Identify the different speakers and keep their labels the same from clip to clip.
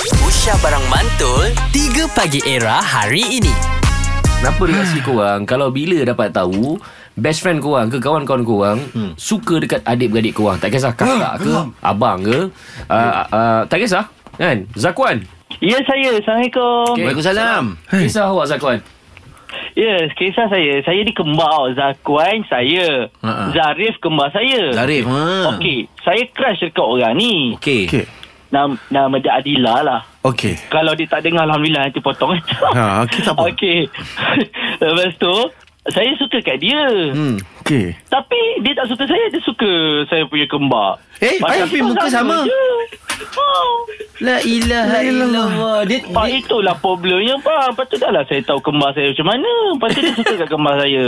Speaker 1: Aisyah Barang Mantul 3 Pagi Era hari ini
Speaker 2: Kenapa dekat si korang Kalau bila dapat tahu Best friend korang ke Kawan-kawan korang hmm. Suka dekat adik-beradik korang Tak kisah kakak ke Abang ke uh, uh, Tak kisah Kan Zakuan
Speaker 3: Ya saya, Assalamualaikum. Okay.
Speaker 2: Waalaikumsalam Kisah awak Zakuan
Speaker 3: Ya, kisah saya. Saya ni kembar tau. Zakuan saya.
Speaker 4: Ha-ha.
Speaker 3: Zarif kembar saya.
Speaker 4: Zarif. Ha.
Speaker 3: Okey, saya crush dekat orang ni.
Speaker 4: Okey.
Speaker 5: Okey.
Speaker 3: Nama, nama dia Adila lah.
Speaker 5: Okey.
Speaker 3: Kalau dia tak dengar, Alhamdulillah nanti potong.
Speaker 5: Ha, okey, tak apa.
Speaker 3: Okey. Lepas tu, saya suka kat dia. Hmm.
Speaker 4: Hmm.
Speaker 5: Okey.
Speaker 3: Tapi dia tak suka saya, dia suka saya punya kembar.
Speaker 4: Eh,
Speaker 3: Macam
Speaker 4: tapi
Speaker 3: tu
Speaker 4: muka sama.
Speaker 3: je. Ha.
Speaker 4: La ilaha illallah. Dia,
Speaker 3: Pak itulah problemnya Pak Lepas tu dah lah saya tahu kembar saya macam mana Lepas tu dia suka kat kembar saya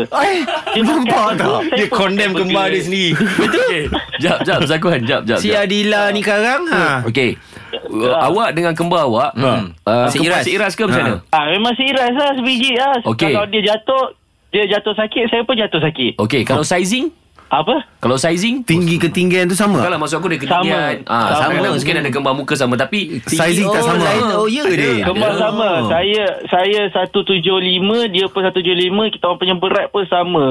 Speaker 3: Dia
Speaker 5: nampak
Speaker 3: makan
Speaker 5: tak?
Speaker 3: tu, saya
Speaker 4: Eh, dia
Speaker 3: pun
Speaker 4: condemn
Speaker 3: saya
Speaker 4: kembar
Speaker 3: pergi.
Speaker 4: dia sendiri.
Speaker 2: Betul okay. Jap jap Zakuan Jap jap,
Speaker 4: Si
Speaker 2: jap.
Speaker 4: Adila ni sekarang ha.
Speaker 2: Okay uh, Awak dengan kembar awak
Speaker 4: Hmm.
Speaker 2: uh,
Speaker 4: Si
Speaker 2: kembar
Speaker 4: Iras.
Speaker 2: Si Iras ke macam
Speaker 4: Ha.
Speaker 2: mana
Speaker 3: ha, Memang serius lah sebiji lah
Speaker 2: Okey.
Speaker 3: Kalau dia jatuh Dia jatuh sakit Saya pun jatuh sakit
Speaker 2: Okay Kalau sizing
Speaker 3: Apa?
Speaker 2: Kalau sizing
Speaker 5: Tinggi ketinggian tu sama?
Speaker 2: Kalau maksud aku dia ketinggian
Speaker 3: Sama.
Speaker 2: Ah,
Speaker 4: Sama.
Speaker 2: kadang-kadang Mungkin ada kembar muka sama Tapi
Speaker 5: Sizing tak
Speaker 4: Oh,
Speaker 5: sama.
Speaker 4: lain- Oh, ya ke dia?
Speaker 3: Kembar sama Saya saya 175 Dia pun 175 Kita orang punya berat pun sama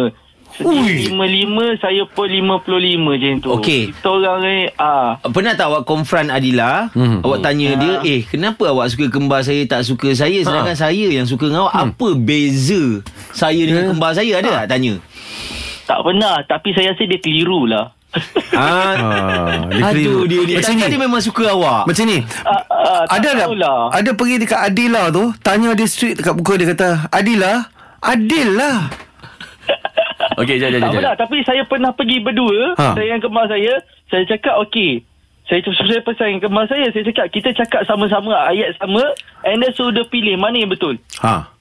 Speaker 4: Ui.
Speaker 3: 55 Saya pun 55 macam tu
Speaker 4: Okey.
Speaker 3: Kita orang ni ah,
Speaker 4: Pernah tak awak confront Adila
Speaker 2: Hmm.
Speaker 4: Awak tanya dia
Speaker 3: Ah.
Speaker 4: Eh kenapa awak suka kembar saya Tak suka saya Sedangkan saya yang suka dengan awak Apa beza Saya dengan kembar saya Ada tak tanya
Speaker 3: Tak pernah Tapi saya rasa dia keliru lah
Speaker 4: ah,
Speaker 5: Ah, dia
Speaker 4: Aduh
Speaker 5: keliru.
Speaker 4: dia, dia.
Speaker 5: Macam
Speaker 4: Macam
Speaker 5: ni.
Speaker 4: Tadi memang suka awak
Speaker 5: Macam ni.
Speaker 3: Ah, ah, tak
Speaker 5: Ada tak?
Speaker 3: tahulah.
Speaker 5: Ada pergi dekat Adila tu, tanya dia straight dekat muka dia kata, "Adila, Adil lah."
Speaker 2: Okay jap jap
Speaker 3: Tak
Speaker 2: jap,
Speaker 3: apa
Speaker 2: jap
Speaker 3: lah Tapi saya pernah pergi berdua
Speaker 5: Ha.
Speaker 3: ha. Saya dengan kemar saya Saya cakap okey saya, saya pesan dengan kemar saya Saya cakap kita cakap sama-sama Ayat sama And then suruh dia pilih Mana yang betul
Speaker 5: Ha.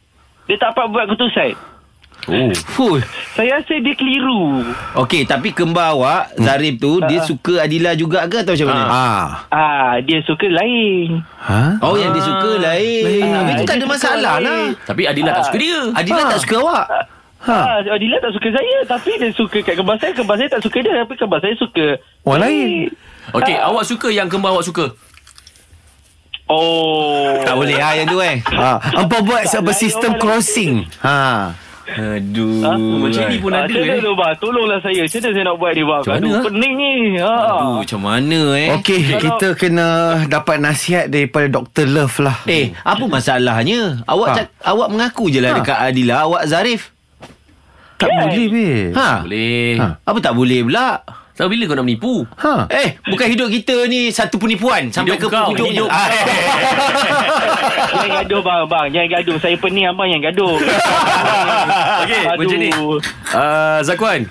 Speaker 3: Dia tak dapat buat keputusan
Speaker 2: Oh
Speaker 4: Fuh.
Speaker 3: Saya rasa dia keliru
Speaker 4: Okey tapi kembar awak Zarif tu
Speaker 3: Ah.
Speaker 4: Dia suka Adila juga ke Atau macam mana
Speaker 5: Ha.
Speaker 3: Ah, Dia suka lain
Speaker 5: Ha?
Speaker 4: Oh yang dia suka eh. lain
Speaker 3: Ah,
Speaker 4: Habis tu tak
Speaker 3: dia
Speaker 4: ada
Speaker 3: suka
Speaker 4: masalah
Speaker 3: lain.
Speaker 4: lah
Speaker 2: Tapi Adila tak suka dia Ah.
Speaker 4: Adila tak suka awak
Speaker 5: Ha.
Speaker 3: ha. ah, Adila tak suka saya Tapi dia suka kat kembar saya Kembar saya tak suka dia Tapi kembar saya suka
Speaker 5: Orang lain.
Speaker 2: Okay awak suka yang kembar awak suka
Speaker 3: Oh
Speaker 4: Tak boleh ha yang tu eh
Speaker 5: Ha. Hampa buat sebab sistem crossing. Ha.
Speaker 4: Aduh
Speaker 3: Ah,
Speaker 2: macam ni pun ada,
Speaker 3: ah, macam
Speaker 2: eh.
Speaker 3: mana tu, bang? Tolonglah saya Macam mana saya nak buat ni bang
Speaker 2: Macam mana,
Speaker 3: Aduh
Speaker 2: ah?
Speaker 3: pening ni ha.
Speaker 4: Aduh macam mana eh
Speaker 5: Okey,
Speaker 3: kalau-
Speaker 5: kita kena dapat nasihat daripada Dr. Love lah.
Speaker 4: Eh, apa masalahnya? Awak
Speaker 5: Ha.
Speaker 4: ha. cak, awak mengaku je lah
Speaker 5: Ha.
Speaker 4: ha. dekat Adila, awak Zarif.
Speaker 5: tak
Speaker 3: kan?
Speaker 5: boleh, babe.
Speaker 4: Ha.
Speaker 2: Boleh
Speaker 5: Ha.
Speaker 4: Apa tak boleh pula?
Speaker 2: Tahu bila kau nak menipu
Speaker 5: Ha.
Speaker 4: Eh, bukan hidup kita ni satu penipuan sampai
Speaker 2: Hidup
Speaker 4: ke
Speaker 2: kau,
Speaker 4: hujung.
Speaker 2: hidup
Speaker 4: Ah, eh.
Speaker 3: Jangan gaduh bang, bang. Jangan gaduh. Saya pening abang yang gaduh. Ah.
Speaker 2: Okey, macam ni. Uh, Zakuan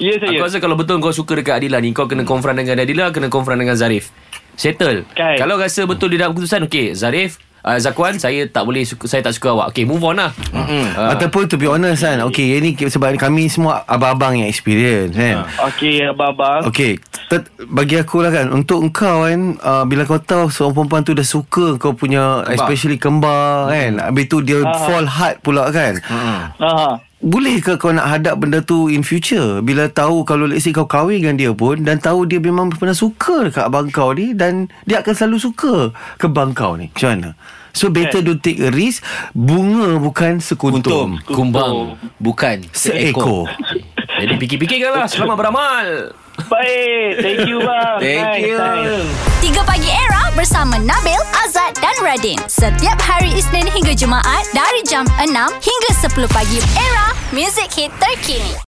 Speaker 3: Ya saya.
Speaker 2: Aku rasa kalau betul kau suka dekat Adila ni Kau kena confront dengan Adila Kena confront dengan Zarif Settle
Speaker 3: Kan.
Speaker 2: Kalau rasa betul dia dah keputusan Okay Zarif uh, Zakuan Saya tak boleh suka, Saya tak suka awak Okay move on lah
Speaker 5: Uh. Ataupun to be honest kan Okay ini ki- sebab kami semua Abang-abang yang experience kan
Speaker 3: Okey abang-abang.
Speaker 5: Okay ter- Bagi aku lah kan Untuk engkau kan uh, Bila kau tahu Seorang perempuan tu dah suka Kau punya kembar. Especially kembar kan Habis tu dia
Speaker 3: Ah.
Speaker 5: fall hard pula kan
Speaker 3: Ha.
Speaker 5: Boleh ke kau nak hadap benda tu In future Bila tahu Kalau let's say kau kahwin dengan dia pun Dan tahu dia memang pernah suka Dekat abang kau ni Dan dia akan selalu suka Ke abang kau ni Macam mana So better don't take a risk Bunga bukan sekuntum,
Speaker 4: Kuntum.
Speaker 2: Kumbang
Speaker 4: Bukan
Speaker 5: Seekor
Speaker 2: Jadi fikir-fikirkan lah Selamat beramal
Speaker 3: Baik. Thank you bang. Nice,
Speaker 4: Thank you.
Speaker 3: nice.
Speaker 6: 3 Pagi Era bersama Nabil, Azad dan Radin. Setiap hari Isnin hingga Jumaat dari jam 6 hingga 10 pagi. Era, music hit terkini.